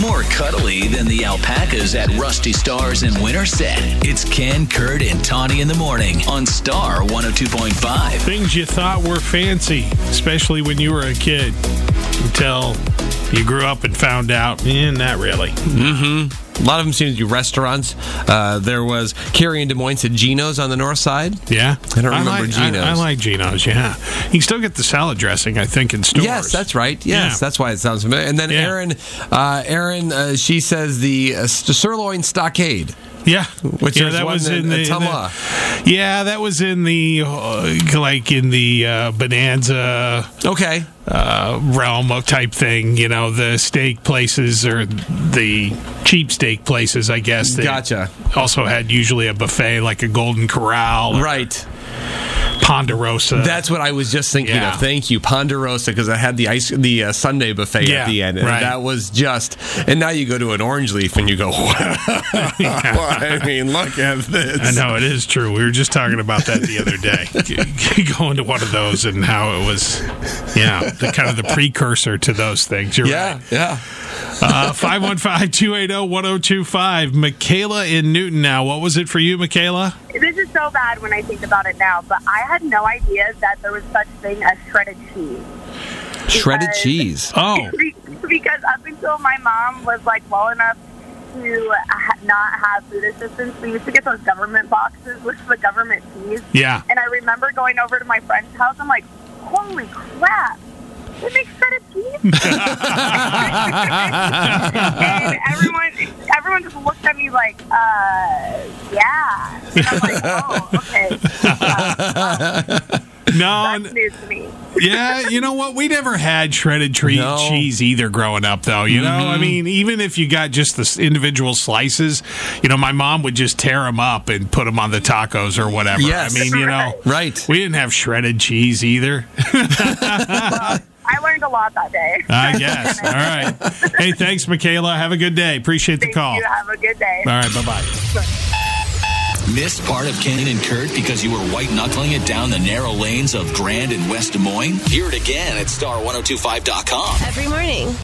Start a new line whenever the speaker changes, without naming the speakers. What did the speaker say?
more cuddly than the alpacas at Rusty Stars in Winterset. It's Ken, Kurt, and Tawny in the morning on Star 102.5.
Things you thought were fancy, especially when you were a kid, until you grew up and found out, eh, not really.
A lot of them seem to be restaurants. Uh, there was Carrie in Des Moines at Geno's on the north side.
Yeah,
I don't remember
like,
Geno's.
I, I like Geno's. Yeah, you can still get the salad dressing, I think, in stores.
Yes, that's right. Yes,
Yeah.
that's why it sounds familiar. And then
Yeah.
Erin, uh, Erin, uh, she says the uh, s- sirloin stockade.
yeah.
Which
yeah,
there's one in Ottumwa.
yeah, that was in the uh, like in the uh, Bonanza
Okay,
uh, realm of type thing. You know, the steak places or the cheap steak places, I guess. that
Gotcha.
Also had usually a buffet like a Golden Corral, or
right.
Ponderosa.
That's what I was just thinking
Yeah.
of. Thank you, Ponderosa, because I had the ice, the uh, Sunday buffet
Yeah,
at the end, and
right.
that was just. And now you go to an orange leaf and you go, wow. I mean, look at this.
I know it is true. We were just talking about that the other day, going to one of those and how it was, yeah, the kind of the precursor to those things. You're
Yeah,
right.
yeah.
Uh, oh, 515-280-1025. Michaela in Newton. Now, what was it for you, Michaela?
This is so bad when I think about it now, but I had no idea that there was such thing as shredded cheese.
Shredded
Because-
cheese.
Oh,
because up until my mom was like well enough to ha- not have food assistance, we used to get those government boxes with the government cheese.
yeah.
And I remember going over to my friend's house. I'm like, holy crap. They make shredded cheese. and everyone, everyone just looked at me like, uh, yeah. And I'm like, oh, okay.
No,
That's
n-
news to me.
yeah. You know what? We never had shredded tre-
No. Mm-hmm.
cheese either growing up, though. You know, I mean, even if you got just the s- individual slices, you know, my mom would just tear them up and put them on the tacos or whatever.
Yes.
I mean, you know,
Right.
We didn't have shredded cheese either.
I learned a lot that day.
I guess. All right. Hey, thanks, Michaela. Have a good day. Appreciate the
Thank
call.
you.
All
Have a good day.
right. Bye bye.
Missed part of Ken and Kurt because you were white knuckling it down the narrow oh lanes of Grand and West Des Moines? Hear it again at star1025.com.
Every morning.